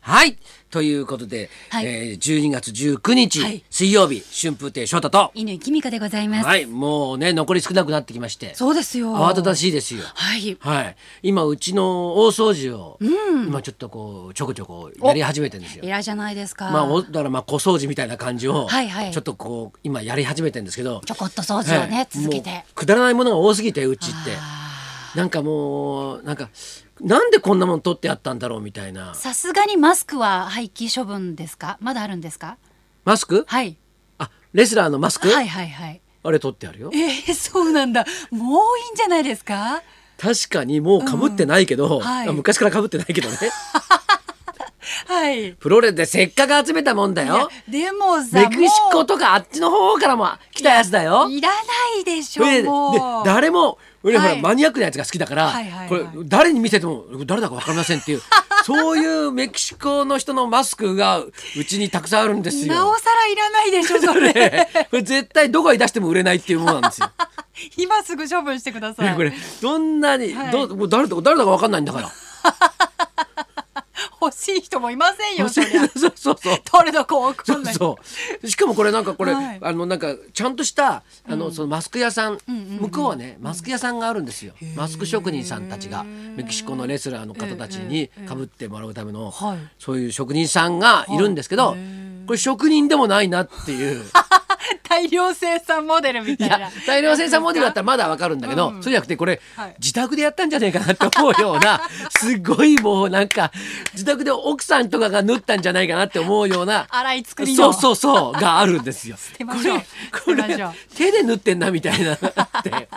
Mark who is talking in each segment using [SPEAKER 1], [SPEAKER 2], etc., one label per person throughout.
[SPEAKER 1] はい。ということで、
[SPEAKER 2] はい
[SPEAKER 1] えー12月19日、
[SPEAKER 2] はい
[SPEAKER 1] 水曜日、春風亭昇太と、
[SPEAKER 2] 乾きみかでございます、
[SPEAKER 1] はい、もうね、残り少なくなってきまして、
[SPEAKER 2] そうですよ
[SPEAKER 1] 慌ただしいですよ。
[SPEAKER 2] はい
[SPEAKER 1] はい。今、うちの大掃除を、今ちょっとこう、ちょこちょこやり始めてるんですよ
[SPEAKER 2] い。らじゃないですか、
[SPEAKER 1] まあ、おだからまあ、小掃除みたいな感じを、
[SPEAKER 2] はいはい
[SPEAKER 1] ちょっとこう、今やり始めてるんですけど、
[SPEAKER 2] ちょこっと掃除をね、
[SPEAKER 1] はい
[SPEAKER 2] 続け
[SPEAKER 1] も
[SPEAKER 2] て
[SPEAKER 1] うくだらないものが多すぎて、うちって。なんかもう、なんか、なんでこんなもの取ってあったんだろうみたいな。
[SPEAKER 2] さすがにマスクは廃棄処分ですかまだあるんですか
[SPEAKER 1] マスク
[SPEAKER 2] はい
[SPEAKER 1] あ、レスラーのマスク、
[SPEAKER 2] はいはいはい
[SPEAKER 1] あれ取ってあるよ。
[SPEAKER 2] えー、そうなんだもういいんじゃないですか
[SPEAKER 1] 確かにもうかぶってないけど、
[SPEAKER 2] んはい
[SPEAKER 1] あ昔からかぶってないけどね
[SPEAKER 2] はいい
[SPEAKER 1] プロレスでせっかく集めたもんだ
[SPEAKER 2] や
[SPEAKER 1] よ
[SPEAKER 2] でも
[SPEAKER 1] メ
[SPEAKER 2] さ
[SPEAKER 1] キシ
[SPEAKER 2] も
[SPEAKER 1] コとかあっちの方からも来たやつだよ
[SPEAKER 2] ういらないでしょ
[SPEAKER 1] でで
[SPEAKER 2] もう
[SPEAKER 1] 誰も俺ほら、
[SPEAKER 2] はい
[SPEAKER 1] マニアックなやつが好きだから、
[SPEAKER 2] はいはいはい
[SPEAKER 1] これ誰に見せても誰だか分かりません っていうそういうメキシコの人のマスクがうちにたくさんあるんです
[SPEAKER 2] なお
[SPEAKER 1] よ。
[SPEAKER 2] さらいらないでしょそれ
[SPEAKER 1] ね これ絶対どこに出しても売れないっていうものなんですよ。
[SPEAKER 2] 今すぐ処分してくださ
[SPEAKER 1] ね
[SPEAKER 2] い
[SPEAKER 1] これどんなに、
[SPEAKER 2] はい
[SPEAKER 1] どもう誰だか誰だか分かんないんだから。
[SPEAKER 2] 欲しい人もいませんよそりゃ
[SPEAKER 1] そうそうそう。
[SPEAKER 2] 取るとこわか
[SPEAKER 1] そ
[SPEAKER 2] ん
[SPEAKER 1] う
[SPEAKER 2] ない
[SPEAKER 1] そうしかもこれなんかこれ、
[SPEAKER 2] はい
[SPEAKER 1] あのなんかちゃんとしたあの、そのマスク屋さん,、向こうはねマスク屋さんがあるんですよマスク職人さんたちがメキシコのレスラーの方たちにかぶってもらうための、
[SPEAKER 2] はい
[SPEAKER 1] そういう職人さんがいるんですけど、これ職人でもないなって いう
[SPEAKER 2] 大量生産モデルみ
[SPEAKER 1] い
[SPEAKER 2] たいな。
[SPEAKER 1] や大量生産モデルだったらまだわかるんだけど、そうじゃなくてこれ、
[SPEAKER 2] はい
[SPEAKER 1] 自宅でやったんじゃねえかなって思うよう なすごいもうなんか自宅で奥さんとかが縫ったんじゃないかなって思うような
[SPEAKER 2] 洗い作り
[SPEAKER 1] そ
[SPEAKER 2] の。
[SPEAKER 1] うそうそうがあるんですよ。
[SPEAKER 2] てま しょう
[SPEAKER 1] これ
[SPEAKER 2] 捨てましょう
[SPEAKER 1] 手で縫ってんなみたいなって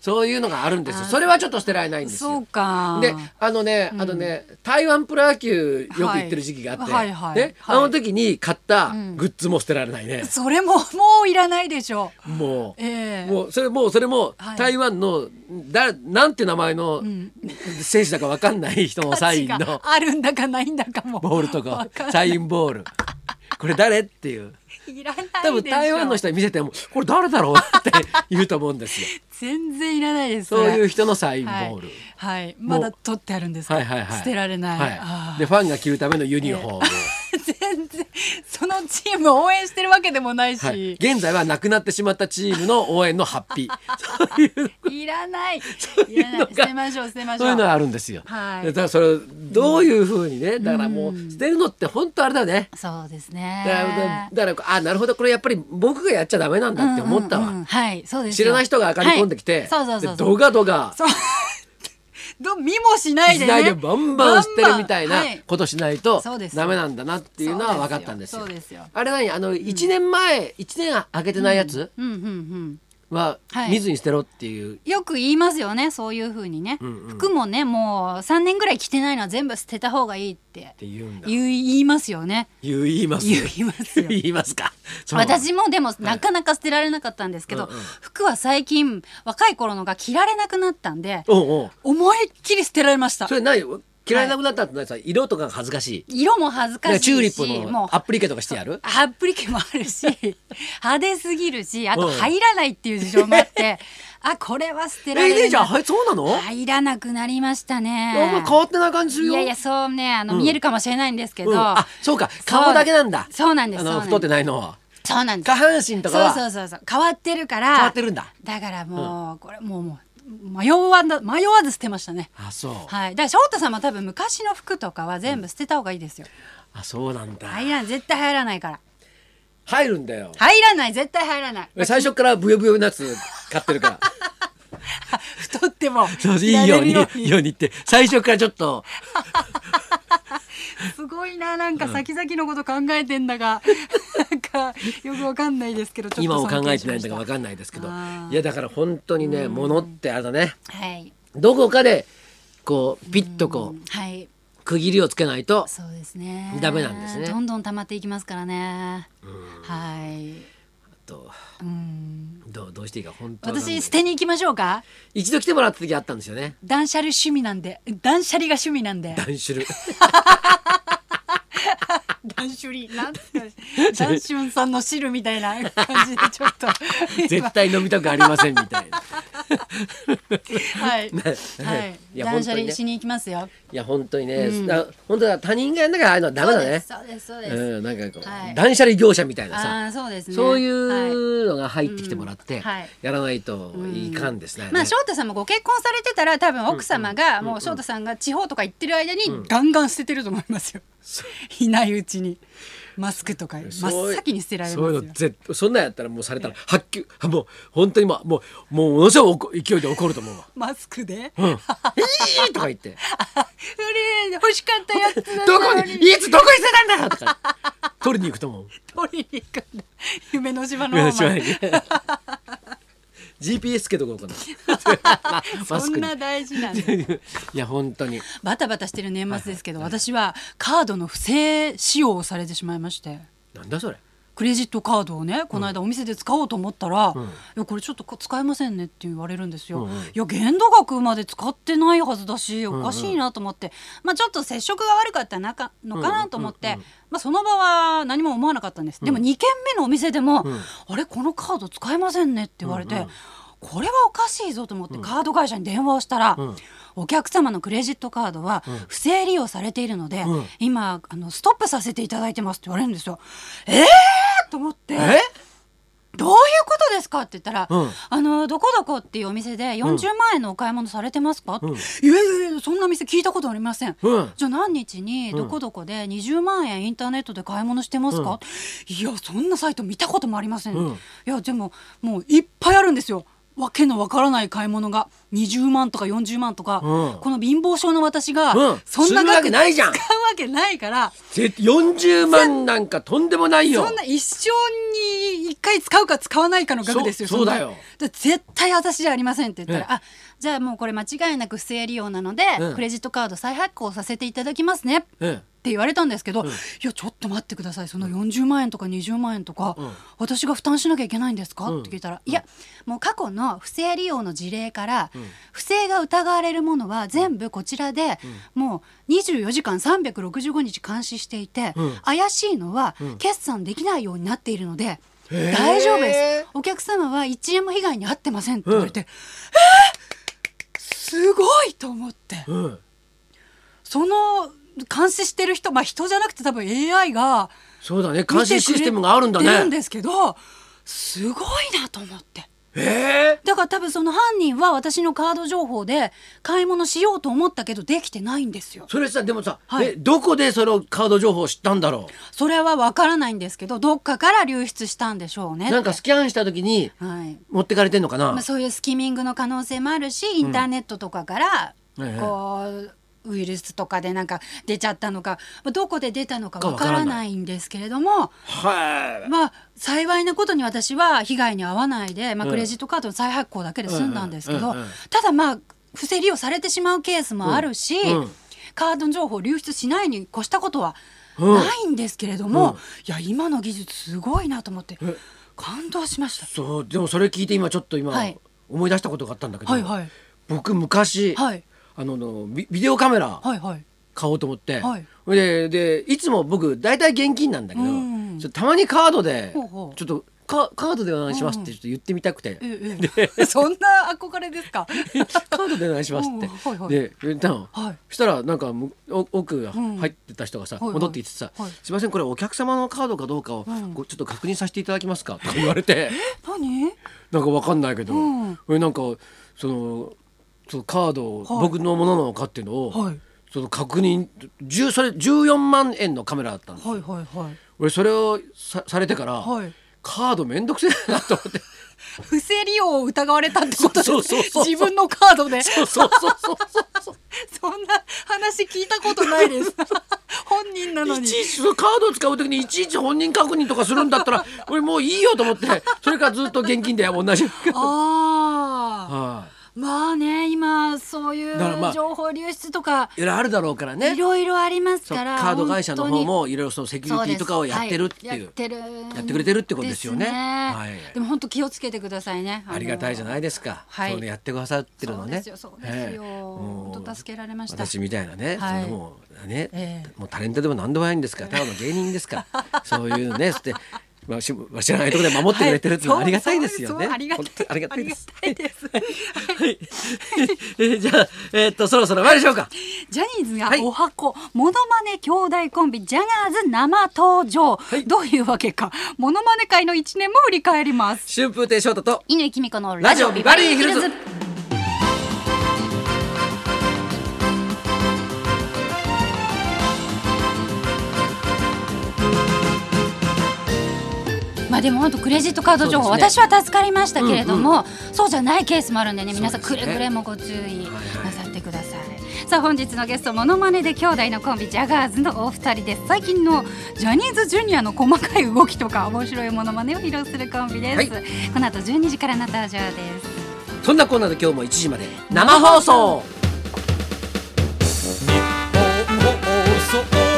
[SPEAKER 1] そういうのがあるんですよ。それはちょっと捨てられないんです
[SPEAKER 2] そう
[SPEAKER 1] よ。
[SPEAKER 2] か。
[SPEAKER 1] であのね、あとね台湾プロ野球よく行ってる時期があって、
[SPEAKER 2] はいはいはい
[SPEAKER 1] ね、
[SPEAKER 2] はい
[SPEAKER 1] あの時に買ったグッズも捨てられないね、
[SPEAKER 2] それももういらないでしょ
[SPEAKER 1] もう、
[SPEAKER 2] ええ
[SPEAKER 1] もうそれもうそれも
[SPEAKER 2] はい
[SPEAKER 1] 台湾のだなんて名前の選手だかわかんない人の
[SPEAKER 2] う。
[SPEAKER 1] サイン
[SPEAKER 2] 価値が
[SPEAKER 1] の
[SPEAKER 2] あるんだかないんだかも。
[SPEAKER 1] ボールとか
[SPEAKER 2] わんない
[SPEAKER 1] サインボールこれ誰っていう。
[SPEAKER 2] いらないでしょ。
[SPEAKER 1] 多分台湾の人に見せてもこれ誰だろうって言うと思うん ですよ
[SPEAKER 2] 全然いらないです。
[SPEAKER 1] そういう
[SPEAKER 2] う
[SPEAKER 1] 人のサインボール、
[SPEAKER 2] はい。はい。
[SPEAKER 1] も
[SPEAKER 2] ま
[SPEAKER 1] う
[SPEAKER 2] だ取ってあるんですか。
[SPEAKER 1] はいはいはい
[SPEAKER 2] 捨てられない。
[SPEAKER 1] は
[SPEAKER 2] あ
[SPEAKER 1] い、
[SPEAKER 2] ー
[SPEAKER 1] でファンが着るためのユニフォーム、
[SPEAKER 2] 全然そのチームを応援してるわけでもない
[SPEAKER 1] はい、
[SPEAKER 2] し。
[SPEAKER 1] 現在はなくなってしまったチームの応援のハッ ピーそういう
[SPEAKER 2] いらない。
[SPEAKER 1] う
[SPEAKER 2] い
[SPEAKER 1] いう
[SPEAKER 2] ら
[SPEAKER 1] のが
[SPEAKER 2] ない。捨てましょう捨てましょ
[SPEAKER 1] そ
[SPEAKER 2] う。
[SPEAKER 1] ういうのはあるんですよ、
[SPEAKER 2] はい
[SPEAKER 1] でだからそれをどういうふうにねだからもう捨てるのって本当あれだよね
[SPEAKER 2] そうですね
[SPEAKER 1] だ。からだからあなるほどこれやっぱり僕がやっちゃダメなんだって思ったわ、
[SPEAKER 2] うんうんうんはい、そうです
[SPEAKER 1] 知
[SPEAKER 2] よ。
[SPEAKER 1] らない人が上がり込んできて、
[SPEAKER 2] はいそうそうそう
[SPEAKER 1] で
[SPEAKER 2] そう。
[SPEAKER 1] ドガドガ
[SPEAKER 2] そうど見もしない
[SPEAKER 1] 時
[SPEAKER 2] でね。
[SPEAKER 1] 代でバンバン捨てるみたいな
[SPEAKER 2] バンバンはい
[SPEAKER 1] ことしないと
[SPEAKER 2] そうですよ
[SPEAKER 1] ダメなんだなっていうのは分かったんですよ
[SPEAKER 2] そう。ですよ。
[SPEAKER 1] あれ何あの1年前1年あげてないやつ
[SPEAKER 2] うんうんうん。
[SPEAKER 1] は
[SPEAKER 2] はい
[SPEAKER 1] 見ずに捨てろっていう
[SPEAKER 2] よく言いますよね、そういう風にね。服もね、もう三年ぐらい着てないのは全部捨てた方がいいって
[SPEAKER 1] って言うんだ
[SPEAKER 2] 言う言いますよね。
[SPEAKER 1] 言う言います
[SPEAKER 2] 言いますよ
[SPEAKER 1] 言いますか そう
[SPEAKER 2] 私もでもなかなか捨てられなかったんですけど、
[SPEAKER 1] うんうん
[SPEAKER 2] 服は最近若い頃のが着られなくなったんで、
[SPEAKER 1] おうおう
[SPEAKER 2] 思いっきり捨てられました
[SPEAKER 1] そ。れ何嫌いなくなったって何さ色とかが恥ずかしい
[SPEAKER 2] 色も恥ず
[SPEAKER 1] なん
[SPEAKER 2] か
[SPEAKER 1] か
[SPEAKER 2] しいし、
[SPEAKER 1] チューリップ
[SPEAKER 2] もう
[SPEAKER 1] のアップリケとかしてやる
[SPEAKER 2] アプリケもある し派手すぎるしあ
[SPEAKER 1] う
[SPEAKER 2] と
[SPEAKER 1] ん
[SPEAKER 2] 入らないっていう事情も あって、あこれは捨て
[SPEAKER 1] え
[SPEAKER 2] られ
[SPEAKER 1] 姉
[SPEAKER 2] る
[SPEAKER 1] ちゃん
[SPEAKER 2] な
[SPEAKER 1] はいそうなのあ
[SPEAKER 2] 入らなくなりました
[SPEAKER 1] ん
[SPEAKER 2] ね
[SPEAKER 1] ま変わってない感じする
[SPEAKER 2] い
[SPEAKER 1] よ
[SPEAKER 2] やいやそうねあの、見えるかもしれないんですけど、
[SPEAKER 1] うんあそうか顔だけなんだ
[SPEAKER 2] そうなんで
[SPEAKER 1] あ
[SPEAKER 2] すそう
[SPEAKER 1] の
[SPEAKER 2] なん
[SPEAKER 1] 太
[SPEAKER 2] で
[SPEAKER 1] って
[SPEAKER 2] す
[SPEAKER 1] ないのは
[SPEAKER 2] そうなんです
[SPEAKER 1] 下半身とか
[SPEAKER 2] そうそ
[SPEAKER 1] は
[SPEAKER 2] うそうそう変わってるから
[SPEAKER 1] 変わってるんだ
[SPEAKER 2] だからもう、これもうもう迷わな迷わず捨てましたね
[SPEAKER 1] あそう
[SPEAKER 2] はいだから翔太さんも多分昔の服とかは全部捨てた方がいいですよ、
[SPEAKER 1] あそうなんだ
[SPEAKER 2] 入らない絶対入らないから
[SPEAKER 1] 入るんだよ
[SPEAKER 2] 入らない絶対入 らない
[SPEAKER 1] 最初からブヨブヨのやつ買ってるから
[SPEAKER 2] 太って も
[SPEAKER 1] そうい
[SPEAKER 2] いら
[SPEAKER 1] い
[SPEAKER 2] れ
[SPEAKER 1] よう
[SPEAKER 2] る
[SPEAKER 1] に
[SPEAKER 2] よう
[SPEAKER 1] いいようにって最初 からちょっと
[SPEAKER 2] すごいななんか先々のこと考えてんだが、 なんかよくわかんないですけどちょっと
[SPEAKER 1] 今を考え
[SPEAKER 2] 尊敬
[SPEAKER 1] て
[SPEAKER 2] し
[SPEAKER 1] な
[SPEAKER 2] ま
[SPEAKER 1] いん
[SPEAKER 2] した
[SPEAKER 1] だかわかんないですけど
[SPEAKER 2] あー
[SPEAKER 1] いやだから本当にね物ってあれだね
[SPEAKER 2] はい
[SPEAKER 1] どこかでこうピッとこう
[SPEAKER 2] はい
[SPEAKER 1] 区切りをつけないと
[SPEAKER 2] そうですね
[SPEAKER 1] ダメなんですね
[SPEAKER 2] どんどん溜まっていきますからねはい
[SPEAKER 1] と
[SPEAKER 2] うん
[SPEAKER 1] どうどうしていいか本当わかんない
[SPEAKER 2] 私捨てに行きましょうか
[SPEAKER 1] 一度来てもらった時あったんですよね
[SPEAKER 2] 断捨離趣味なんで断捨離が趣味な んで
[SPEAKER 1] 断種類
[SPEAKER 2] 断捨離なんて断捨さんの汁みたいな感じでちょっと
[SPEAKER 1] 絶対飲みたくありませんみたいな
[SPEAKER 2] は い
[SPEAKER 1] ね
[SPEAKER 2] はい
[SPEAKER 1] いや
[SPEAKER 2] 断捨
[SPEAKER 1] 本当に
[SPEAKER 2] 離
[SPEAKER 1] ね
[SPEAKER 2] しに行きますよ
[SPEAKER 1] いや本当にね、
[SPEAKER 2] うん
[SPEAKER 1] だ本当だ他人がやんなきゃああいうのはダメだね
[SPEAKER 2] そうですそう
[SPEAKER 1] う
[SPEAKER 2] ですそうです
[SPEAKER 1] んなんかこう、
[SPEAKER 2] はい
[SPEAKER 1] 断捨離業者みたいなさ
[SPEAKER 2] ああそうですね
[SPEAKER 1] そうい
[SPEAKER 2] は
[SPEAKER 1] うのが入ってきてもらって、
[SPEAKER 2] うんはい
[SPEAKER 1] やらないといかんですね。
[SPEAKER 2] いまあ翔太さんもご結婚されてたら多分奥様がもう翔太さんが地方とか行ってる間にガンガン捨ててると思いますよいないうちにマスクとか真
[SPEAKER 1] そう
[SPEAKER 2] っ先に捨てられます
[SPEAKER 1] そ
[SPEAKER 2] よ
[SPEAKER 1] ういうの絶そんなんやったらもうされたら発給もう本当にもうもうもうものすごい怒勢いで怒ると思うわ。
[SPEAKER 2] マスクで、
[SPEAKER 1] うん、
[SPEAKER 2] あ
[SPEAKER 1] えーとか言 って
[SPEAKER 2] れ欲しかったやつ な
[SPEAKER 1] どこ
[SPEAKER 2] の
[SPEAKER 1] にいつどこに捨てたんだよとか取りに行くと思う。
[SPEAKER 2] 取りに行くんだ夢の島の
[SPEAKER 1] 上
[SPEAKER 2] 方
[SPEAKER 1] の島
[SPEAKER 2] まで
[SPEAKER 1] に GPS つけとこうかな。 マスク
[SPEAKER 2] そん
[SPEAKER 1] に
[SPEAKER 2] な大事なんだ
[SPEAKER 1] いや本当に
[SPEAKER 2] バタバタしてる年末ですけど、私はカードの不正使用をされてしまいまして
[SPEAKER 1] なんだそれ。
[SPEAKER 2] クレジットカードをねこの間お店で使おうと思ったら、
[SPEAKER 1] ん
[SPEAKER 2] いやこれちょっとこ使えませんねって言われるんですよ、
[SPEAKER 1] うんうん
[SPEAKER 2] いや限度額まで使ってないはずだしおかしいなと思って、まあちょっと接触が悪かったなかのかなと思って、まあ、その場は何も思わなかったんです、でも2軒目のお店でも、
[SPEAKER 1] ん
[SPEAKER 2] あれこのカード使えませんねって言われて、これはおかしいぞと思ってカード会社に電話をしたら、
[SPEAKER 1] ん
[SPEAKER 2] お客様のクレジットカードは不正利用されているので、
[SPEAKER 1] うん
[SPEAKER 2] 今あのストップさせていただいてますって言われるんですよ。えーと思って
[SPEAKER 1] え？
[SPEAKER 2] どういうことですかって言ったら、
[SPEAKER 1] うん
[SPEAKER 2] あのどこどこっていうお店で40万円のお買い物されてますか、
[SPEAKER 1] ん
[SPEAKER 2] いやいやいやそんな店聞いたことありません、
[SPEAKER 1] うん
[SPEAKER 2] じゃあ何日にどこどこで20万円インターネットで買い物してますか、いやそんなサイト見たこともありません、
[SPEAKER 1] うん
[SPEAKER 2] いやでももういっぱいあるんですよわけのわからない買い物が20万とか40万とか、
[SPEAKER 1] うん
[SPEAKER 2] この貧乏症の私が、
[SPEAKER 1] うん
[SPEAKER 2] そんな
[SPEAKER 1] するわけ
[SPEAKER 2] 額
[SPEAKER 1] ないじゃん
[SPEAKER 2] 使うわけないから
[SPEAKER 1] ぜ40万なんかとんでもないよ
[SPEAKER 2] そんな一生に一回使うか使わないかの額ですよ。
[SPEAKER 1] そうん
[SPEAKER 2] な
[SPEAKER 1] そうだよ。
[SPEAKER 2] で絶対私じゃありませんって言った
[SPEAKER 1] ええ
[SPEAKER 2] ら、あ、じゃあもうこれ間違いなく不正利用なので、
[SPEAKER 1] うん
[SPEAKER 2] クレジットカード再発行させていただきますねっ
[SPEAKER 1] うん
[SPEAKER 2] て言われたんですけど、いやちょっと待ってください。その40万円とか20万円とか、
[SPEAKER 1] うん
[SPEAKER 2] 私が負担しなきゃいけないんですか、
[SPEAKER 1] うん
[SPEAKER 2] って聞いたら、いやもう過去の不正利用の事例から、不正が疑われるものは全部こちらで、もう24時間365日監視していて、
[SPEAKER 1] うん
[SPEAKER 2] 怪しいのは決算できないようになっているので、
[SPEAKER 1] へー
[SPEAKER 2] 大丈夫ですお客様は1円も被害に遭ってませんって言われて、えーすごいと思って、
[SPEAKER 1] うん
[SPEAKER 2] その監視してる人まあ人じゃなくて多分 AI が
[SPEAKER 1] そうだね監視システムがあるんだ
[SPEAKER 2] 見てくれてるん
[SPEAKER 1] ね。
[SPEAKER 2] ですけどすごいなと思って。
[SPEAKER 1] え
[SPEAKER 2] だから多分その犯人は私のカード情報で買い物しようと思ったけどできてないんですよ
[SPEAKER 1] ー、。それさでもさ、
[SPEAKER 2] はい
[SPEAKER 1] えどこでそのカード情報を知ったんだろ
[SPEAKER 2] それはわからないんですけどどっかから流出したんでしょう
[SPEAKER 1] う。
[SPEAKER 2] ね。
[SPEAKER 1] なんかスキャンした時に
[SPEAKER 2] はい。
[SPEAKER 1] 持ってかれてんのかな。
[SPEAKER 2] まあそういうスキミングの可能性もあるしインターネットとかから
[SPEAKER 1] ええ
[SPEAKER 2] こう。ウイルスとかでなんか出ちゃったのかまあどこで出たのかわか
[SPEAKER 1] わから
[SPEAKER 2] ら
[SPEAKER 1] な
[SPEAKER 2] ないんですけれども
[SPEAKER 1] はい。
[SPEAKER 2] まあ幸いなことに私は被害に遭わないで、まあ、クレジットカードの再発行だけで済んだんですけ
[SPEAKER 1] うんう
[SPEAKER 2] ど
[SPEAKER 1] んうんうん
[SPEAKER 2] ただまあ不正利用されてしまうケースもあるし、
[SPEAKER 1] うんうん
[SPEAKER 2] カード情報を流出しないに越したことは
[SPEAKER 1] うん
[SPEAKER 2] ないんですけれども、
[SPEAKER 1] うん
[SPEAKER 2] いや今の技術すごいなと思って
[SPEAKER 1] え
[SPEAKER 2] 感動しました。
[SPEAKER 1] そうでもそれ聞いて今ちょっと今、
[SPEAKER 2] はい
[SPEAKER 1] 思い出したことがあったんだけど、
[SPEAKER 2] はいはい
[SPEAKER 1] 僕昔、
[SPEAKER 2] はい
[SPEAKER 1] あののビビデオカメラ
[SPEAKER 2] はいはい
[SPEAKER 1] 買おうと思って、
[SPEAKER 2] はい
[SPEAKER 1] ででいつも僕大体現金なんだけど、
[SPEAKER 2] うん
[SPEAKER 1] ちょっとたまにカードで
[SPEAKER 2] ほうほう
[SPEAKER 1] ちょっとカカードでお願いしますってちょっと言ってみたくて、
[SPEAKER 2] ええ そんな憧れです か
[SPEAKER 1] カードでお願いしますって、
[SPEAKER 2] うんはいはい
[SPEAKER 1] で言ったの、
[SPEAKER 2] はい
[SPEAKER 1] そしたらなんかむお奥
[SPEAKER 2] ん
[SPEAKER 1] 入ってた人がさ、
[SPEAKER 2] はいはい
[SPEAKER 1] 戻ってきてさ、
[SPEAKER 2] はい
[SPEAKER 1] すいませんこれお客様のカードかどうかを
[SPEAKER 2] ん
[SPEAKER 1] ごちょっと確認させていただきますか」とか言われて
[SPEAKER 2] 何
[SPEAKER 1] なんかわかんないけど、
[SPEAKER 2] うん
[SPEAKER 1] えなんかそのそのカードを
[SPEAKER 2] はい
[SPEAKER 1] 僕のものなのかっていうのを、
[SPEAKER 2] はい
[SPEAKER 1] その確認10それ14万円のカメラだったんです、
[SPEAKER 2] はいはい はい
[SPEAKER 1] 俺それをさされてから、
[SPEAKER 2] はい
[SPEAKER 1] カードめんどくせえなと思って
[SPEAKER 2] 不正利用を疑われたってことです
[SPEAKER 1] そうそうそうそう
[SPEAKER 2] 自分のカードで
[SPEAKER 1] そうそうそうそうそう
[SPEAKER 2] そんな話聞いたことないです。 本人なの
[SPEAKER 1] い
[SPEAKER 2] に。
[SPEAKER 1] ちいちそのカードを使う時にいちいち本人確認とかするんだった ら俺もういいよと思ってそれからずっと現金で同じ。
[SPEAKER 2] ああ、
[SPEAKER 1] は
[SPEAKER 2] まあね、今そうい
[SPEAKER 1] だからまあ
[SPEAKER 2] う情報流出とか、
[SPEAKER 1] い、いろいろあるだろうからね
[SPEAKER 2] いろいろあります
[SPEAKER 1] そう
[SPEAKER 2] から。
[SPEAKER 1] カード会社の方もいろいろそのセキュ
[SPEAKER 2] 本当に。
[SPEAKER 1] リティとかをやってるって
[SPEAKER 2] そ
[SPEAKER 1] いう
[SPEAKER 2] ですはいやってる
[SPEAKER 1] やってくれてるってことですよね
[SPEAKER 2] で
[SPEAKER 1] はい
[SPEAKER 2] でも本当気をつけてくださいね。
[SPEAKER 1] ありがたいじゃ
[SPEAKER 2] い。
[SPEAKER 1] ないですか、
[SPEAKER 2] はい
[SPEAKER 1] そういうのやってくださってるのね
[SPEAKER 2] そうですよそうですよ
[SPEAKER 1] もう
[SPEAKER 2] 本当助けられました
[SPEAKER 1] 私みたいなね、
[SPEAKER 2] はい
[SPEAKER 1] そのもうね、
[SPEAKER 2] ええ
[SPEAKER 1] もうタレントでも何でもないんですからただの芸人ですからそういうねそしてまあ、し知らないところで守ってくれてるっていうのはありがたいですよね。
[SPEAKER 2] はいそうそうそうあ
[SPEAKER 1] 本当にあ
[SPEAKER 2] りがたい
[SPEAKER 1] りがたいです。
[SPEAKER 2] ありがたいです。
[SPEAKER 1] はい、え ーじゃあ、えーっと、そろそろ参りましょうか。
[SPEAKER 2] ジャニーズが
[SPEAKER 1] はい
[SPEAKER 2] お箱、モノマネ兄弟コンビジャガーズ生登場、
[SPEAKER 1] い
[SPEAKER 2] どういうわけかモノマネ界の一年も振り返ります
[SPEAKER 1] 春風亭昇太と。
[SPEAKER 2] 乾きみ子の
[SPEAKER 1] ラジオビバリーヒルズ
[SPEAKER 2] まあでも本当クレジットカード情報、
[SPEAKER 1] そうです
[SPEAKER 2] 私は助かりましたけれども、そうじゃないケースもあるんでね皆さん
[SPEAKER 1] そう
[SPEAKER 2] く
[SPEAKER 1] で
[SPEAKER 2] れ
[SPEAKER 1] すね
[SPEAKER 2] ぐれもご注意
[SPEAKER 1] はいはい
[SPEAKER 2] なさってください、さあ本日のゲストモノマネで兄弟のコンビジャガーズのお二人です最近のジャニーズジュニアの細かい動きとか面白いモノマネを披露するコンビです、
[SPEAKER 1] はい
[SPEAKER 2] この後12時からの登場です
[SPEAKER 1] そんなコーナーで今日も1時まで生放
[SPEAKER 3] 放
[SPEAKER 1] 送。
[SPEAKER 3] 送